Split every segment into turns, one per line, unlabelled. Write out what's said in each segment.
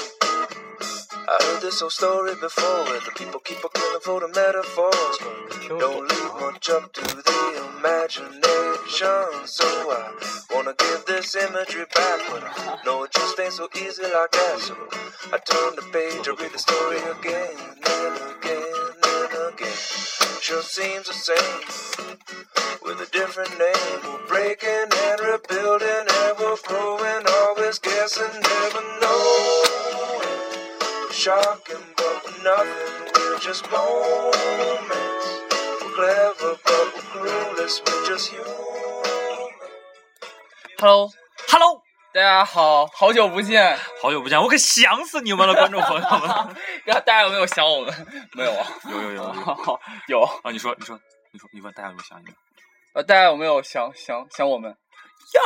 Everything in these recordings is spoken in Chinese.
I heard this old story before where the people keep on killing for the metaphors. Don't leave much up to the imagination. So I wanna give this imagery back, but I know it just ain't so easy like that. So I turn the page, I read the story again and again and again. Sure seems the same with a different name. We're breaking and rebuilding and we're growing, always guessing, never knowing. Shocking, but we're nothing. We're just moments. We're clever, but we're clueless. We're just human.
Hello，
Hello，
大家好，好久不见，
好久不见，我可想死你们了，观众朋友们。
大家有没有想我们？没有啊，
有有有有
有。
啊！你说你说你说，你问大家有没有想你们？
呃，大家有没有想想想我们？
有，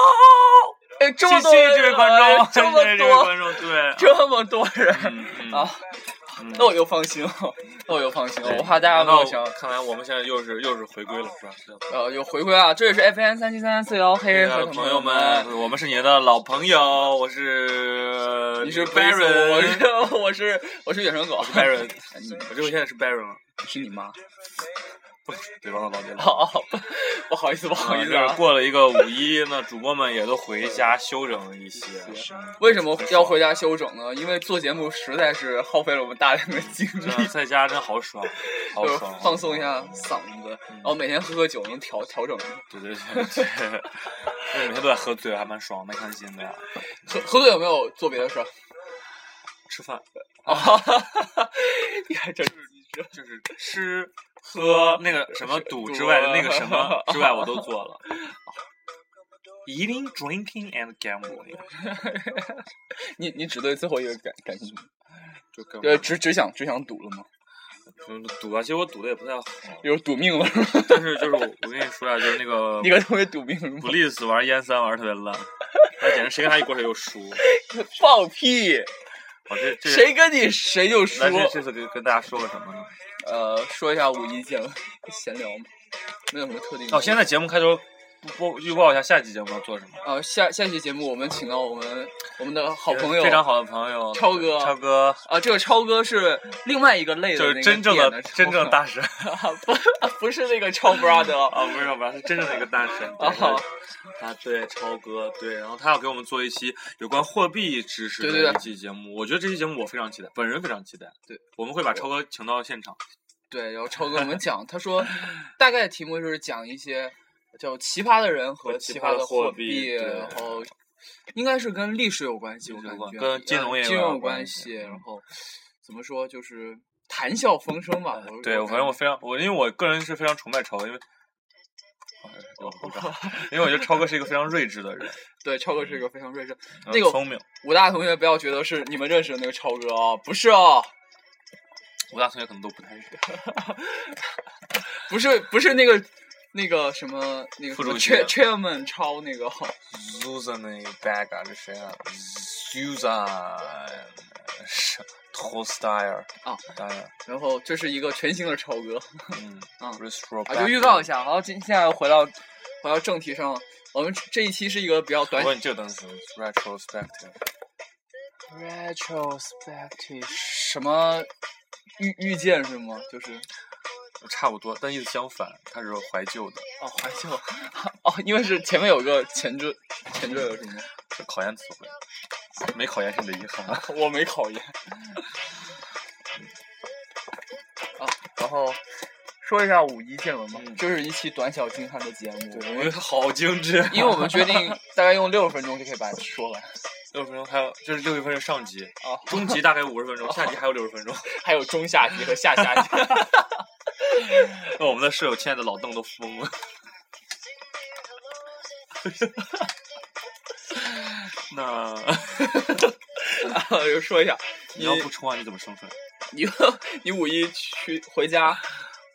哎，这么
谢
多
谢这
人
位观
哎
众，谢
这
谢
么
这位
多，
观众，对。
这么多人
嗯嗯
啊，
嗯
那我就放心了，那我就放心了。
对
我怕大家没
然后
有想，
看来我们现在又是又是回归了，是吧？是的
呃，有回归啊。这里是 FM 三七三四幺黑
亲爱
和
的
朋
朋友们，我们是你的老朋友，我是
你是 Baron，我
Baron，
是 我是我是野生狗哎
我是 Baron，
你
我这个现在是 Baron 了，
是你妈？
不是别忘了老爹了。
哦，不不好意思，不好意思
就是
啊。
过了一个五一，那主播们也都回家休整一些。
为什么要回家休整呢？因为做节目实在是耗费了我们大量的精
真
力
的，在家真好爽，好
就是
爽，啊嗯
放松一下嗓子，然后每天喝喝酒能调调整。
对。对对对 对，因为每天都在喝醉，还蛮爽，蛮开心的呀。
喝喝醉有没有做别的事儿？
吃饭
啊，哈哈哈 你还真是机智。
就是吃喝那个什么赌之外的那个什么
啊
之外，我都做了。Eating, drinking and gambling，
你你只对最后一个感感兴趣吗？
就跟
呃，只只想只想赌了吗？
赌啊，其实我赌的也不太好，
就是赌命 了是吗？
但是就是我我跟你说呀，就是那个
你可特别赌命是吗？
不利斯玩烟三玩的特别烂，那简直谁跟他一锅谁就输。
放屁！
我这这
谁跟你谁就输
那。这这次跟跟大家说个什么呢？
呃，说一下五一见闻，闲聊嘛，没有什么特定的。
哦，现在节目开头不播预报一下下期节目要做什么？
呃，下下期节目我们请到我们我们的好朋友，
非常好的朋友
超哥
超哥
啊，这个超哥是另外一个类的
就
那个
是真正
点的
的
超哥
真正的大神
啊， 不啊不是那个超 brother
啊，不是不是，是真正的一个大 神
啊，好，
啊，对，超哥，对，然后他要给我们做一期有关货币知识
对对
的
对
一期节目，我觉得这期节目我非常期待，本人非常期待。
对，
我们会把超哥请到现场。
对，然后超哥我们讲，他说大概题目就是讲一些叫奇葩的人和
和
奇
奇
葩
葩
的
的
货
货
币，
币对
然后应该是跟历史有关系，我
历史
感
有
觉
关跟金融也
呃
有
金融有
关系
系，
嗯
然后怎么说就是谈笑风生吧，我
嗯对，我反正我非常我，因为我个人是非常崇拜超 哥，因为。哎我不知道因为我觉得超哥是一个非常睿智的人，
对超哥是一个非常睿智，
嗯
那个
聪明。
武大同学不要觉得是你们认识的那个超哥啊，不是啊，
我大同学可能都不太认识。
不是不是那个那个什么那个
副
什么
主席啊
缺缺们超那个，
Susan 那个 bag 啊，这谁啊？Susan 是 Tostire
啊
，Dyer，
然后这是一个全新的超哥
嗯
啊
，Restore
啊，就预告一。下，好，今现在回到回到正题上，我们这一期是一个比较
我
短
问你这个单词，retrospective，
retrospective 什么遇遇见是吗？就是
差不多，但意思相反，它是怀旧的，
哦怀旧哦，因为是前面有个前缀前缀了是吗？
是考研词汇，没考研是你的遗憾。
我没考研。啊，然后说一下五一见闻吧，
嗯
这是一期短小精悍的节目，
对，因为它好精致。啊
因为我们决定 大概用六十分钟就可以把它说完。
六十分钟还有，这是六十分钟上集，
啊，
中集大概五十分钟，下集还有六十分钟。
还有中下级和下下级。
那我们的舍友亲爱的老邓都疯了。 那
啊，就说一下，
你要不冲啊，你怎么生存？
你你五一去回家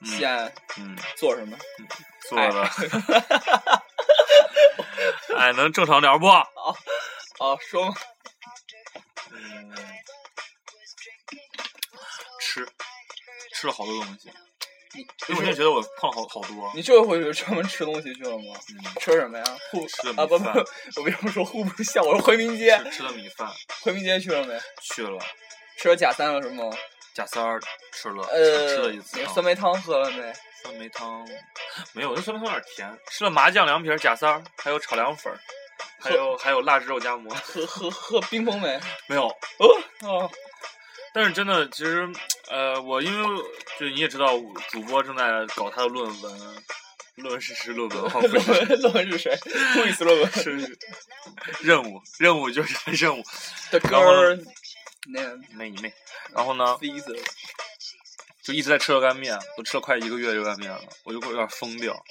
西安
嗯，
做什么？
做了。 哎，能正常点儿不？
啊，说嘛，
嗯，吃，吃了好多东西，所以我现在觉得我胖了好好多。
你这回有专门吃东西去了吗？
嗯，
吃什么呀？户
吃的米
啊不不
饭，
我为什么说户部巷？我说回民街，
吃吃的米饭
回民街去了没？
去了，
吃了假三了是吗？
贾三儿吃了，
呃，
吃了一次
那个
啊
酸梅汤喝了没？
酸梅汤，没有，那酸梅汤有点甜。吃了麻酱凉皮儿、贾三儿，还有炒凉粉儿，还有还有腊汁肉夹馍，
喝喝喝冰峰没？
没有。
哦，
但是真的，其实，呃，我因为就是你也知道，主播正在搞他的论文，论文是是论文，好
论文论文是谁？路易斯论文
是是任务，任务就是任务，
的歌儿，那个
妹你妹。然后呢，
第一次
就一直在吃热干面，都吃了快一个月热干面了，我就有点疯掉。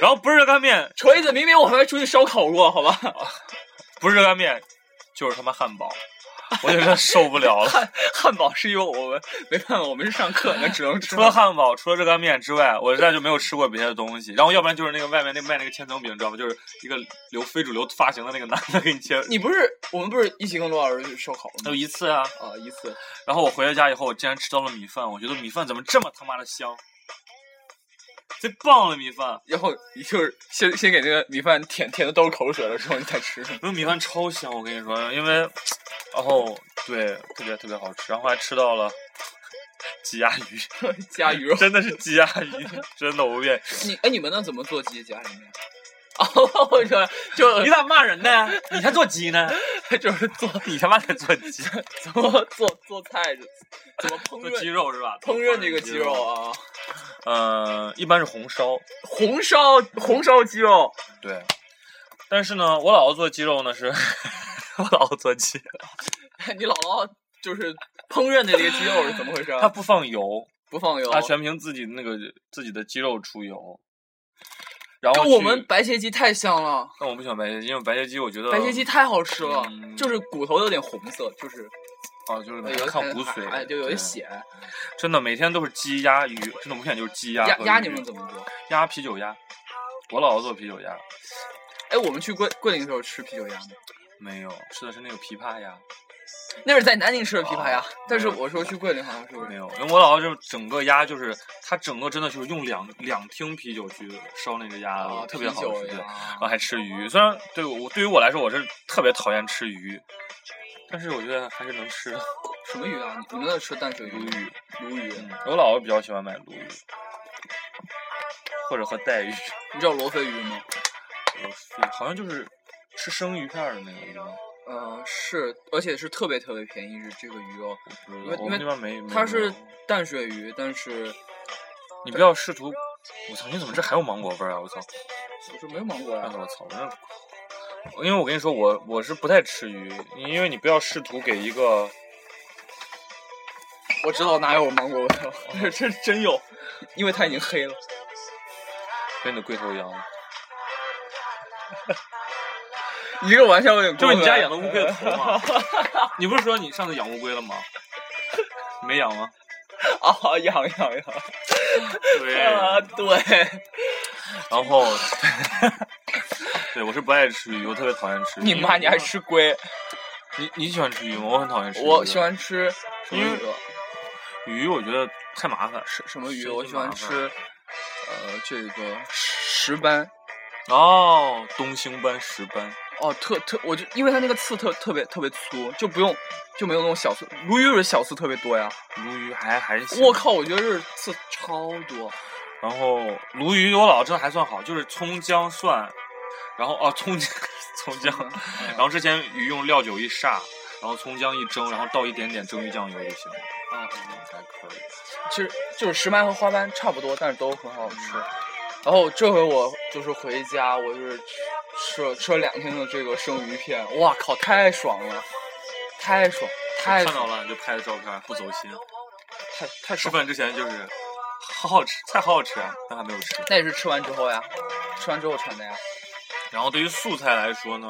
然后不是热干面，
锤子明明我还出去烧烤过，好吧？
不是热干面，就是他妈汉堡，我就真的受不了了。
汉汉堡是因为我们没办法，我们是上课，那只能吃
除了汉堡，除了热干面之外，我实在就没有吃过别的东西。然后要不然就是那个外面那卖那个千层饼，你知道吗？就是一个留非主流发型的那个男的给你切，
你不是我们不是一起跟罗老师去烧烤了
有
吗？
一次啊。
啊，一次
然后我回到家以后，我竟然吃到了米饭，我觉得米饭怎么这么他妈的香，最棒了米饭！
然后你就是先先给那个米饭舔舔的都是口水了，之后你再吃。
那个米饭超香，我跟你说，因为，然后对，特别特别好吃，然后还吃到了鸡鸭鱼，
加 鱼肉，
真的是鸡鸭 鱼，真的无辩。
你哎，你们那怎么做鸡加里面？哦，我说 就
你咋骂人呢？你还做鸡 呢？
就是做
你他妈在做鸡，
怎么做做菜，怎么烹
做鸡
饪
肉是吧？
烹饪这个鸡肉啊？
呃，一般是红烧，
红烧红烧鸡肉，
对。但是呢，我姥姥做鸡肉呢是， 我姥姥做鸡，
你姥姥就是烹饪的这个鸡肉是怎么回事啊？
她不放油，
不放油，
她全凭自己那个自己的鸡肉出油。然后
跟我
去
们，白切鸡太像了，
但我不喜欢白切鸡，因为白切鸡我觉得
白切鸡太好吃了，
嗯
就是骨头有点红色，就是
啊，就是
有
看骨髓，
哎，就有
对
一血。
真的每天都是鸡鸭鱼，真的无限就是鸡鸭
鸭
和
鸭
鱼
你们怎么做？
鸭啤酒鸭，我姥姥做啤酒鸭，
哎，我们去桂桂林的时候吃啤酒鸭吗？
没有吃的是那个枇杷鸭，
那是在南宁吃的枇杷鸭
哦，
但是
没有
我说去桂林好像是
没有，因为我姥姥就是整个鸭就是她整个真的就是用两两听啤酒去烧那个鸭子，
啊，
特别好
啤
吃，
酒
对，然
鸭
后还吃鱼，虽然对我对于我来说我是特别讨厌吃鱼，但是我觉得还是能吃的
什么鱼啊？你们那吃淡水
鲈
鱼？
鱼，
鲈鱼。
嗯，我姥姥比较喜欢买鲈鱼，或者和带鱼。
你知道罗非鱼吗？
我去好像就是吃生鱼片儿的那个鱼吗，
呃，是，而且是特别特别便宜，是这个鱼哦。
不知
因为
道我们那边没。没
它
有
是淡水鱼，但是
你不要试图，我操，你怎么这还有芒果味儿啊！我操，
我说没有芒果啊
哎
呀。
我操，我这，因为我跟你说，我我是不太吃鱼，因为你不要试图给一个，
我知道哪有芒果味了， 这真有，因为它已经黑 了。
跟你的龟头一样，
一个玩笑有点
就
过分
是你家养的乌龟的头嘛。 你不是说你上次养乌龟了吗？没养吗？
啊，养养养。
对
啊，对。
然后，对我是不爱吃鱼，我特别讨厌 吃鱼。
你妈，你还吃龟？
你你喜欢吃鱼吗？我很讨厌吃鱼的。
我喜欢吃什么
因为
鱼啊？
鱼，我觉得太麻烦。
什什么鱼？
生
我
意
喜欢
麻烦
吃，呃，这个石石斑。
哦，东星斑、石斑，
哦，特特，我就因为它那个刺特特别特别粗，就不用就没有那种小刺。鲈鱼是小刺特别多呀。
鲈鱼还还行。
我靠，我觉得这刺超多。
然后鲈鱼我老真的还算好，就是葱姜蒜，然后哦葱姜 葱姜，
嗯
然后之前鱼用料酒一煞，然后葱姜一蒸，然后倒一点点蒸鱼酱油就行了，
啊，
才可以。
其实就是石斑和花斑差不多，但是都很好吃。然后这回我就是回家，我就是吃吃了吃了两天的这个生鱼片，哇靠，太爽了，太爽，太
看到
爽，
了你就拍的照片，不走心。
太太
吃
爽。
饭之前就是好好吃，菜好好吃，啊，但还没有吃。
那也是吃完之后呀，吃完之后馋的呀。
然后对于素菜来说呢，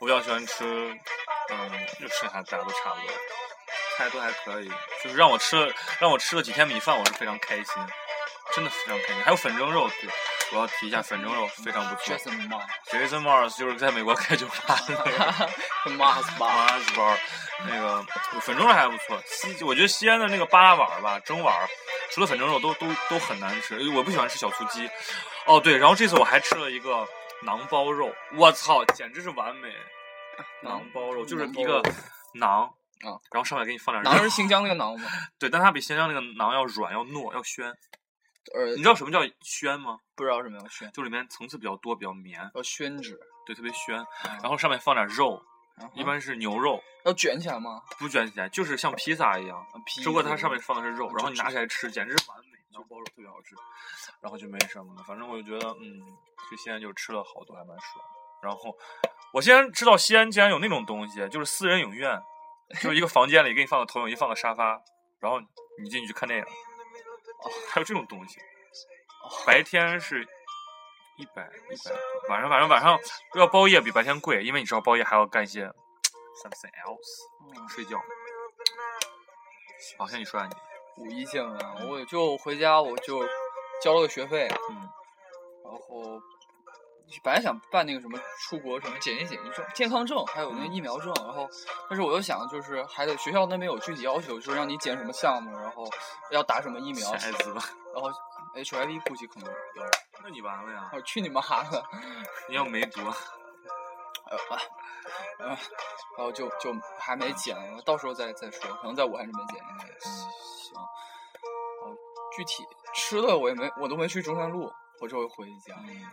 我比较喜欢吃，嗯，就剩下大家都差不多，菜都还可以。就是让我吃了，让我吃了几天米饭，我是非常开心，真的非常开心。还有粉蒸肉，对，我要提一下粉蒸肉非常不错。
Jason Ma，
Jason Mars 就是在美国开酒吧的那个
Ma 是吧？
麻子包，那个粉蒸肉还不错。西，我觉得西安的那个八碗儿吧，蒸碗儿，除了粉蒸肉都都都很难吃。我不喜欢吃小酥鸡。哦，对，然后这次我还吃了一个馕包肉，我操，简直是完美！嗯馕包肉嗯就是一个馕。
啊，
然后上面给你放点
馕
肉
是，新疆那个馕 吗？
对，但它比新疆那个馕要软、要糯、要暄。
呃
你，知道什么叫暄吗？
不知道什么叫宣，
就里面层次比较多、比较绵，
要宣纸，
对，特别暄。
然
然后上面放点肉，
然后
一般是牛肉，
要卷起来吗？
不卷起来，就是像披萨一样。
皮
只不过它上面放的是肉
嗯，
然后你
就
拿
吃
起来吃，简直是完美，就包肉特别好吃。然后就没什么了，反正我就觉得，嗯，去西安就吃了好多，还蛮爽。然后我先知道西安竟然有那种东西，就是私人影院，就是一个房间里给你放个投影仪，放个沙发，然后你进去看电影， 还有这种东西。白天是一百一百，晚上晚上晚上要包夜比白天贵，因为你知道包夜还要干一些 something else，
嗯
睡觉。好，像你说下你，
五一见闻啊，我就回家我就交了个学费，
嗯。
然后本来想办那个什么出国什么检疫检疫证、健康证，还有那个疫苗证，然后但是我又想就是还得学校那边有具体要求，就是让你检什么项目，然后要打什么疫苗，
下一次吧。
然后 HIV 估计可能有。
那你完了呀！
我去你妈的！
你要梅毒，
呃，啊呃，然后就就还没剪，到时候再再说，可能在武汉这边剪应该行。呃，具体吃的我也没，我都没去中山路，我这回回家。
嗯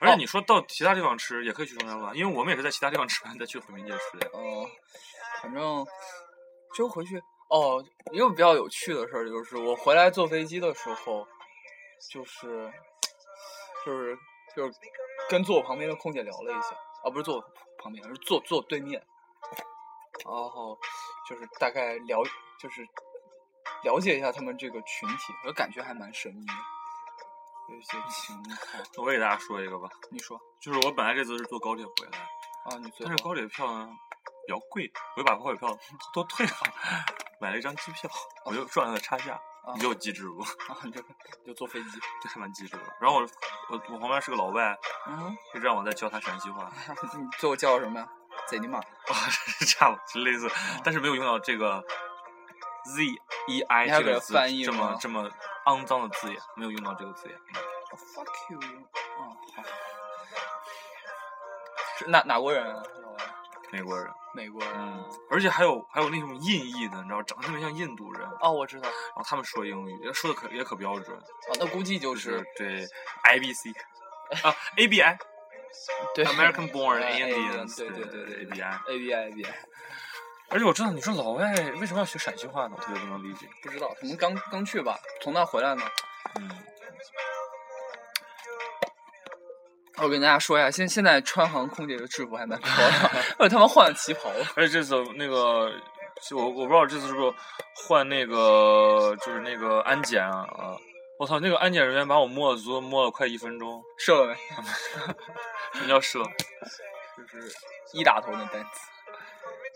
而且你说到其他地方吃，也可以去中山路啊，因为我们也是在其他地方吃完再去回民街吃的呀。
呃，反
嗯
正这回去哦，一个比较有趣的事儿就是，我回来坐飞机的时候，就是就是就是跟坐我旁边的空姐聊了一下，啊，不是坐我旁边，是坐坐对面，然后就是大概了就是了解一下他们这个群体，我感觉还蛮神秘的。有一些情况，
我给大家说一个吧，
你说
就是我本来这次是坐高铁回来，
啊，你最
但是
后
高铁票呢比较贵，我就把高铁票 都退了，买了一张机票，我就赚了个差价。
啊
你就机智 不？
啊，你就你就坐飞机，
这还蛮机智的。然后我我我旁边是个老外，
嗯，
一直让我在教他陕西话，
你最后叫什么呀？贼尼玛。Oh,
哇，是 差不多是
哦
类似，但是没有用到这个 z e i
你还
这
给它
个字
翻译
这么
吗
这么肮脏的字眼，没有用到这个字眼。嗯
Oh, fuck you！啊、好。是哪哪国人啊？老外
美国人，
美国人啊。
嗯，而且还有还有那种印裔的，你知道，长得特别像印度人，然
哦，我知道。哦，
后他们说英语，说的可也可标准，
那估计就
就是是对 I B C 啊 A B I
对
American born
哎
Indians，
对对
对
对对
A B I。
A B I B I，
而且我知道你说老外为什么要学陕西话呢？我特别不能理解。
不知道，可能刚刚去吧，从那回来呢。
嗯，
我跟大家说一下，现现在川航空姐的制服还蛮漂亮， 我他妈换了旗袍了。
而且这次那个，就我我不知道这次是不是换那个，就是那个安检啊。啊我操！那个安检人员把我摸了足摸了快一分钟，
射了没？
什么叫射
就是一打头那单词。。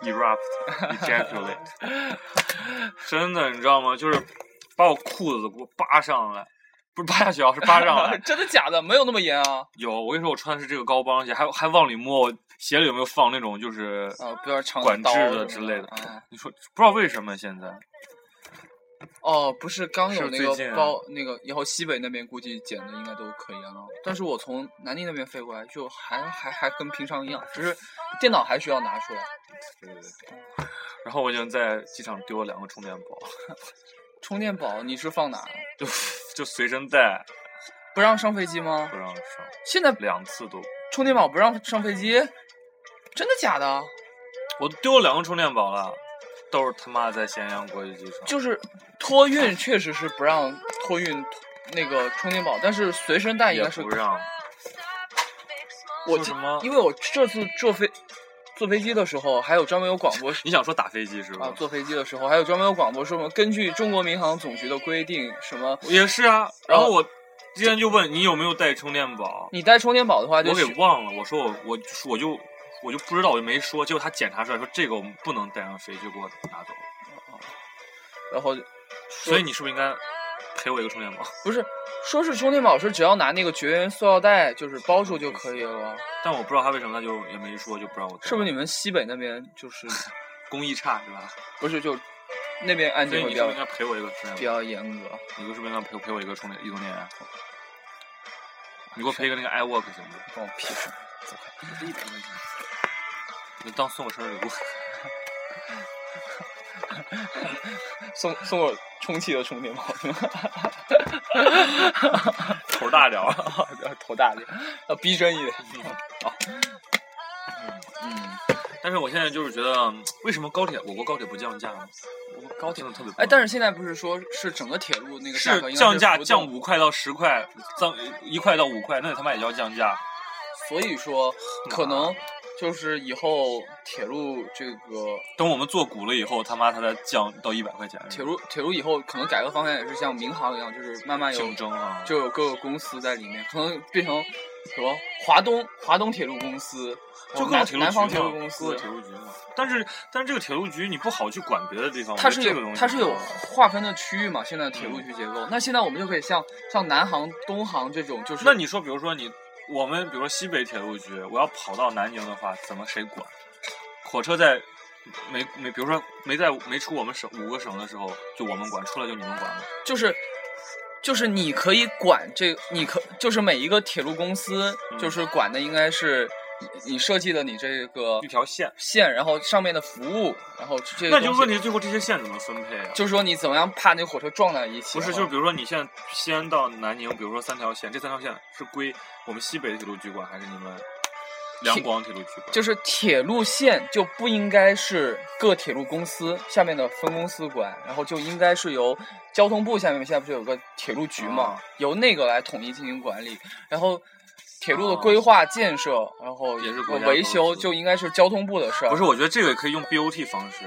？erupt，ejaculate，真的，你知道吗？就是把我裤子都给我扒上来，不是扒下去啊，是扒上来
真的假的？没有那么严啊。
有，我跟你说，我穿的是这个高帮鞋，还还往里摸，我鞋里有没有放那种就是
啊，不要长
管制
刀
的之
什么
类的？
啊
你说不知道为什么现在
哦，不是刚有
是
那
最
个
近啊
包，那个以后西北那边估计减的应该都可以了。但是我从南宁那边飞过来，就还还还跟平常一样，只是电脑还需要拿出来
对对对。然后我已经在机场丢了两个充电宝，
充电宝。你是放哪儿？
就就随身带，
不让上飞机吗
不？让上，
现在
两次都，
充电宝不让上飞机，真的假的？
我丢了两个充电宝了，都是他妈在咸阳国际机场。
就是托运确实是不让托运那个充电宝，但是随身带应
也
该是
不让，
我
说
记
什么
因为我这次坐飞坐飞机的时候，还有专门有广播
你想说打飞机是吧？
啊，坐飞机的时候还有专门有广播说什么，根据中国民航总局的规定，什么
也是啊。
然
然
后
后我今天就问你有没有带充电宝，
你带充电宝的话就
我给
需
忘了，我说我我我就我就不知道，我就没说。结果他检查出来说这个我们不能带上飞机，就给我拿走了。
然后
所以你是不是应该赔我一个充电宝？
不是说是兄弟们，我说只要拿那个绝缘塑料袋就是包住就可以了，
但我不知道他为什么他就也没说就不让我带。
是不是你们西北那边就是
工艺差是吧？
不是就那边安
所以
监会
你
比
是
较
不是应该陪我一个充
比
电？
较严格？
你不是不是应该陪陪我一个充电一充电？啊你给我陪一个那个 iWork 行吗？
关我屁事！走开。
你当送个生日礼物。
送送我充气的充电宝是吗？
头大点儿 啊。
头大点，要逼真一点。嗯，
但是我现在就是觉得，嗯为什么高铁我国高铁不降价呢？我国高铁特别
哎，但
是
是现在不是说是整个铁路那个价格
是
应该
降价
浮动
降五块到十块，降一块到五块，那他妈也叫降价。
所以说可
妈
能就是以后铁路这个
等我们做股了以后，他妈他再降到一百块钱。
铁路铁路以后可能改革方向也是像民航一样，就是慢慢有
竞争啊，
就有各个公司在里面，可能变成什么华东华东铁路公司，就
就
南
各铁路
南
局
方铁路
嘛，
公
各
司
个，铁路局嘛。但是但是这个铁路局你不好去管别的地方，
它
我觉
是
得这个东
有
西嗯
它是有划分的区域嘛？现在的铁路局结构，那现在我们就可以像像南航、东航这种，就是
那你说，比如说你，我们比如说西北铁路局，我要跑到南宁的话，怎么谁管？火车在没没，比如说没在没出我们省五个省的时候，就我们管，出来就你们管吗？
就是就是你可以管这，你可就是每一个铁路公司
嗯
就是管的应该是你你设计的你这个
一条线，
线，然后上面的服务，然后这个
那就
东西
问题最后这些线怎么分配啊？
就是说你怎么样怕那个火车撞在一起？
不是，
然
就
后
是比如说你现在西安到南宁，比如说三条线，这三条线是归我们西北铁路局管，还是你们两广铁路局管？
就是铁路线就不应该是各铁路公司下面的分公司管，然后就应该是由交通部下面现在不是有个铁路局嘛，
啊
由那个来统一进行管理，然后。铁路的规划、建设，然后呃
啊也是国家
维
公
修，
司
就应该是交通部的事儿。
不是，，我觉得这个可以用 BOT 方式，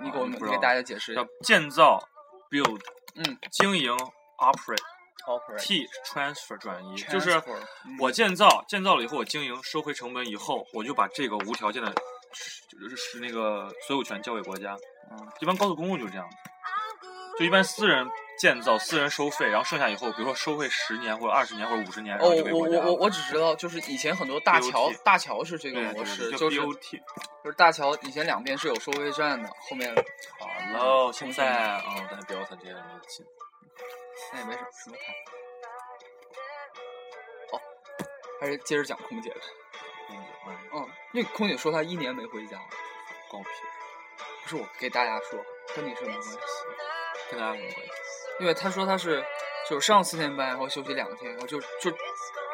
你给我
啊
们
不知
给
道
大家解释一
叫
下。
建造、build、
嗯
经营、operate。
，operate
T transfer 转移，就是
嗯
我建造，建造了以后我经营，收回成本以后，我就把这个无条件的，就是是那个所有权交给国家。
嗯
一般高速公路就这样，就一般私人建造，私人收费，然后剩下以后，比如说收费十年或者二十年或者五十年，然
哦，
后
我
就给国
我
家。
我我我只知道，就是以前很多大桥
BOT，
大桥是这个
对
模式，
对
就
对
是
叫
就
BOT。
是大桥以前两边是有收费站的，后面
好喽，
嗯
现在啊，咱不要谈这些东西。
那也没什么什么看。哦，还是接着讲空姐吧。
嗯嗯，
嗯，那个空姐说她一年没回家，
光屁，
不是我给大家说，跟你是没关系，
跟大家有什么关系？
因为她说她是就是上四天班，然后休息两天，然后就就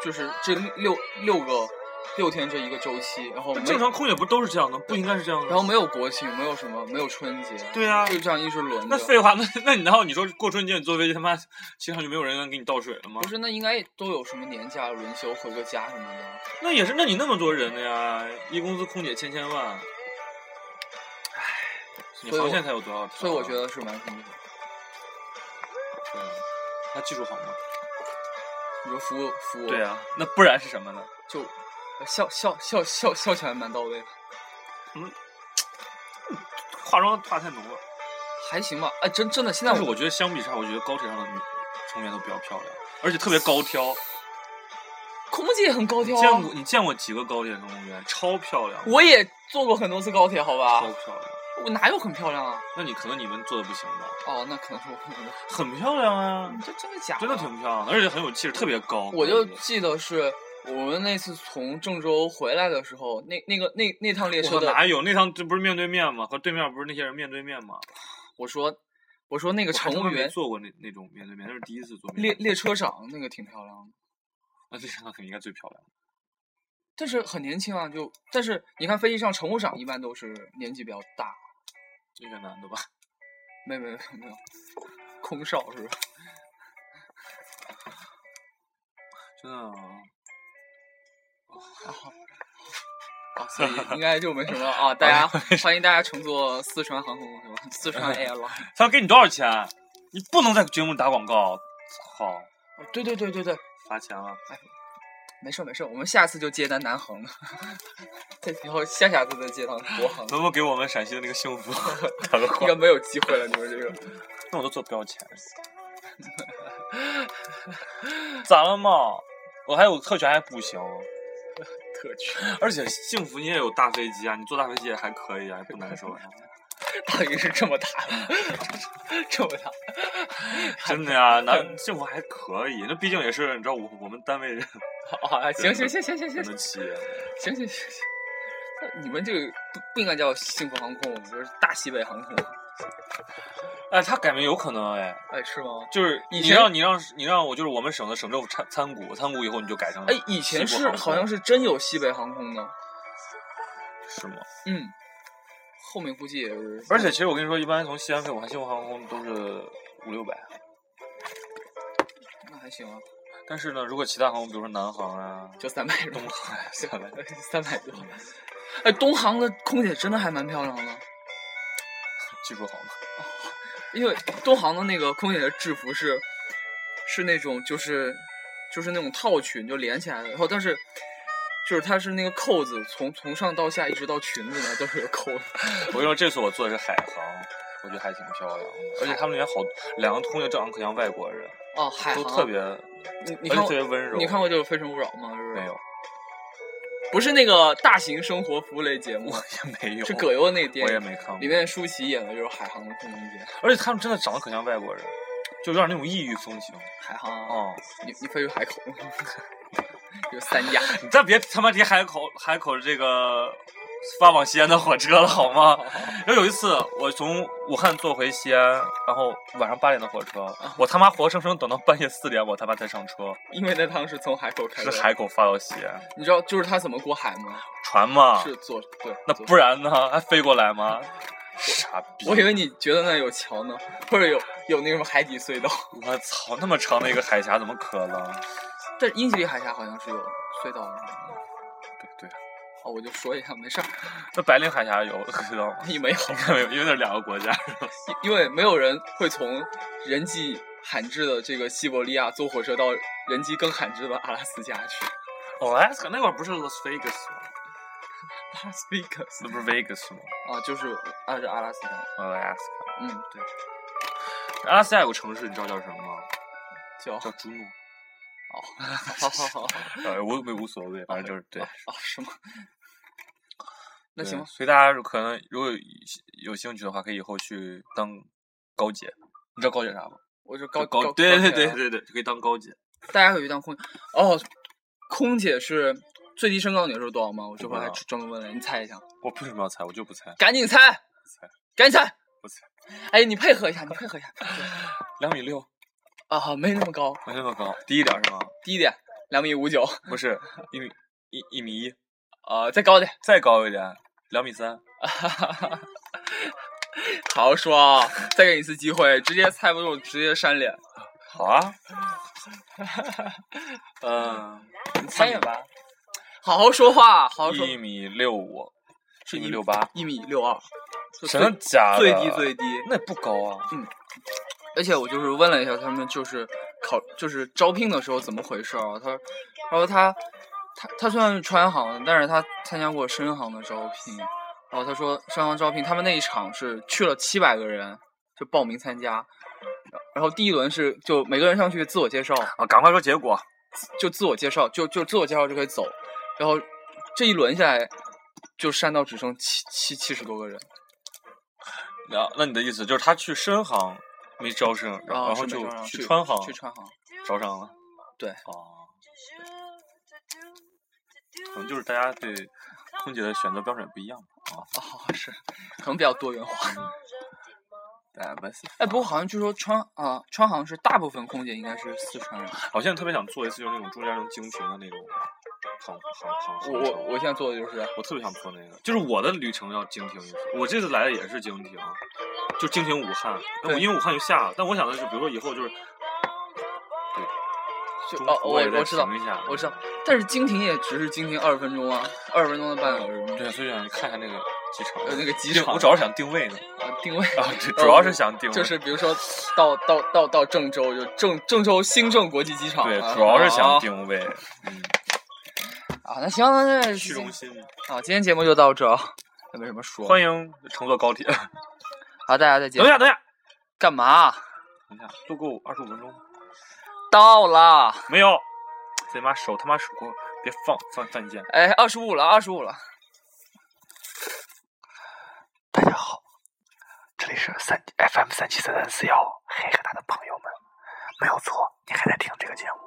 就是这六六个六天这一个周期，然后没
正常空姐不都是这样的？不应该是这样的。
然后没有国庆，没有什么，没有春节，
对啊
就这样一直轮
那
着。
废话，那那你然后你说过春节你坐飞机他妈机场就没有人能给你倒水了吗
不？是，那应该都有什么年假轮休回个家什么的。
那也是，那你那么多人的呀，一公司空姐千千万，唉，你
所以
航
我
线才有多少条啊？
所以我觉得是蛮辛苦的。
对啊，他技术好吗？
你说服务服务，
对啊，那不然是什么呢？
就呃笑笑笑笑笑起来蛮到位的，
化妆化太浓了。
还行吧。哎，真真的，现在
但是我觉得相比之下，我觉得高铁上的女成员都比较漂亮，而且特别高挑。
空姐也很高
你
挑、
见
啊，
过你见过几个高铁乘务员？超漂亮，
我也坐过很多次高铁，好
超
吧？
漂亮。
我哪有很漂亮啊？
那你可能你们做的不行吧？
哦，那可能是我不能。
很漂亮啊，
这真的假的？
真的挺漂亮的，而且很有气质，特别高。
我就记得是我们那次从郑州回来的时候，那那个那那趟列车
我
的，
哪有那趟？这不是面对面吗？和对面不是那些人面对面吗？
我说我说那个
我还
乘
他
务
妈没
员
坐过那那种面对面，那是第一次坐面
列
对面。
列车长那个挺漂亮的，
那这香港肯定应该最漂亮。
但是很年轻啊，就但是你看飞机上乘务长一般都是年纪比较大，
那个男的吧，
没没没没有，空少是吧？
真的啊，
啊，所以应该就没 什么啊。大家欢迎大家乘坐四川航空是吧？四 川 airline。
他要给你多少钱？啊你不能在节目里打广告，操，
对对对对对，
罚钱了。
没事儿没事儿，我们下次就接单南航的， 再然后下下次再接到国航的，
能不能给我们陕西的那个幸福 打个
应
广
该
告？
没有机会了。你们这个
那我都坐不要钱。 咋了嘛？我还有特权还不行？
特区
而且幸福你也有大飞机啊，你坐大飞机也还可以啊，也不难 受啊。
到底是这么大的，这么大，
真的呀、男幸福还可以，那毕竟也是你知道我我们单位 人
啊！行行行行行行
的企业，
行行行行，那你们这个不不应该叫幸福航空，我们这是大西北航空。
哎，他改名有可能哎，
哎，是吗？
就是
以
你
前
让你让你让我就是我们省的省政府参参股，参股以后你就改成
哎，以前
西部
是
航空
好像是真有西北航空呢。
是吗？
嗯，后面估计也是。
而且其实我跟你说，一般从西安飞武汉幸福航空都是五六百，
那还行啊，
但是呢，如果其他航空，比如说南航啊、
就三百多
东，航啊，下来
三百多。哎，东航的空姐真的还蛮漂亮的，
技术好嘛，
因为东航的那个空姐的制服是是那种就是就是那种套裙就连起来的，然后但是就是它是那个扣子从从上到下一直到裙子呢都是有扣的。
我跟你说，这次我坐的是海航，我觉得还挺漂亮的，而且他们里面好两个空姐长得可像外国人，
哦，海
都
航
特别，
你你
而且
看
特
过
别温柔。
你看过就是《非诚勿扰》吗？就是
没有？
不是那个大型生活服务类节目
我，也没有。
是葛优那电
我也
影，
没看过。
里面舒淇演的就是海航的空姐。
而且他们真的长得可像外国人，就有点那种异域风情。
海航啊，
哦，
你你飞去海口， 有三亚。
你再别他妈提海口海口这个发往西安的火车了好吗？ 然后有一次我从武汉坐回西安，然后晚上八点的火车，
啊
我他妈活生生等到半夜四点，我他妈才上车，
因为那趟是从海口开
是
的，
海口发到西安，
你知道就是他怎么过海吗？
船嘛，
是坐对，
啊那
坐
不然呢？还飞过来吗？傻逼！
我以为你觉得那有桥呢，或者有有那种海底隧道，
我操，那么长的一个海峡怎么可能？
但英吉利海峡好像是有隧道的。
对对，
哦，我就说一下，没事儿，
那白令海峡有知道吗？
你没有，
应该没有，因为那是两个国 家。
因因为没有人会从人迹罕至的这个西伯利亚坐火车到人迹更罕至的阿拉斯加去。
哦，哎，那会儿不是 Las Vegas 吗？
拉斯维加斯
那不是 Vegas 吗
啊，就是啊是阿拉斯加，
？Alaska。
嗯，对，
阿拉斯加有个城市，你知道叫什么吗？
叫
叫朱诺。
哦，好好好，
呃，我没无所谓，反正就是对。
哦，是吗？那
对
行吧，
所以大家可能如果有有兴趣的话，可以以后去当高姐。你知道高姐啥吗？
我就高
就高，啊对对对，对对，就可以当高姐。
高大家可以去当空哦，空姐是最低身高你知道多少吗？我这会儿还
不知
专门问了，你猜一下，
我为什么要猜？我就不猜，
赶紧猜，
猜
赶紧猜，
不猜？
哎，你配合一下，你配合一下
两米六，
啊，好没那么高，
没那么高，低一点是吗？
低一点，两米五九，
不是，一米一一米一，
啊，再高点，
再高一点，两米三。
好好说啊，再给你一次机会，直接猜不中直接扇脸，
好啊。嗯，
你猜一下吧，好好说话，好好说，
一米六五，
是
一米
一
六八，
一米六二，就
真的
最
假的？
最低最低。
那不高啊。
而且我就是问了一下他们，就是考就是招聘的时候怎么回事啊？他，然后他他他虽然是川航的，但是他参加过深航的招聘。然后他说深航招聘，他们那一场是去了七百个人就报名参加，然后第一轮是就每个人上去自我介绍，
啊，赶快说结果。
就自我介绍，就就自我介绍就可以走，然后这一轮下来就删到只剩七七七十多个人。
那那你的意思就是他去深航没招生，然后然后
哦是没
就
招上
去
去
川航
去川航，
招商了。
对
哦，可能就是大家对空姐的选择标准不一样吧。啊，
哦是，可能比较多元化。
哎，没事。
哎，不过好像据说川啊、川航是大部分空姐应该是四川人。
我现在特别想做一次，就是那种中间能经停的那种航航航航
我
程
我我现在做的就是，
我特别想做那个，就是我的旅程要经停一次。我这次来的也是经停，就经停武汉。但我
对
因为武汉就下了，但我想的是，比如说以后就是
就
中
哦，
途
我
也得
我知道
停，一下，
我知道。但是经停也只是经停二十分钟啊，二十分钟到半
嗯
个小时嘛。
对，所以想看一下那个机场。
嗯呃那个机
对
场
我主要是想定位 呢。
啊，定位
啊，主主要是想定 位。
就是比如说到到到到郑州，就郑郑州新郑国际机场啊。
对，主要是想
啊
定位。嗯，
啊。那行，那那
去中心。
啊，今天节目就到这儿啊，也没什么说。
欢迎乘坐高铁。
好，大家再见
等一。下，等一下，
干嘛？啊
等一下，坐够二十五分钟。
到了，
没有，贼妈手他妈手给我别放放犯贱。
哎，二十五了，二十五了。
大家好，这里是三 FM 三七三三四幺黑黑大的朋友们，没有错，你还在听这个节目。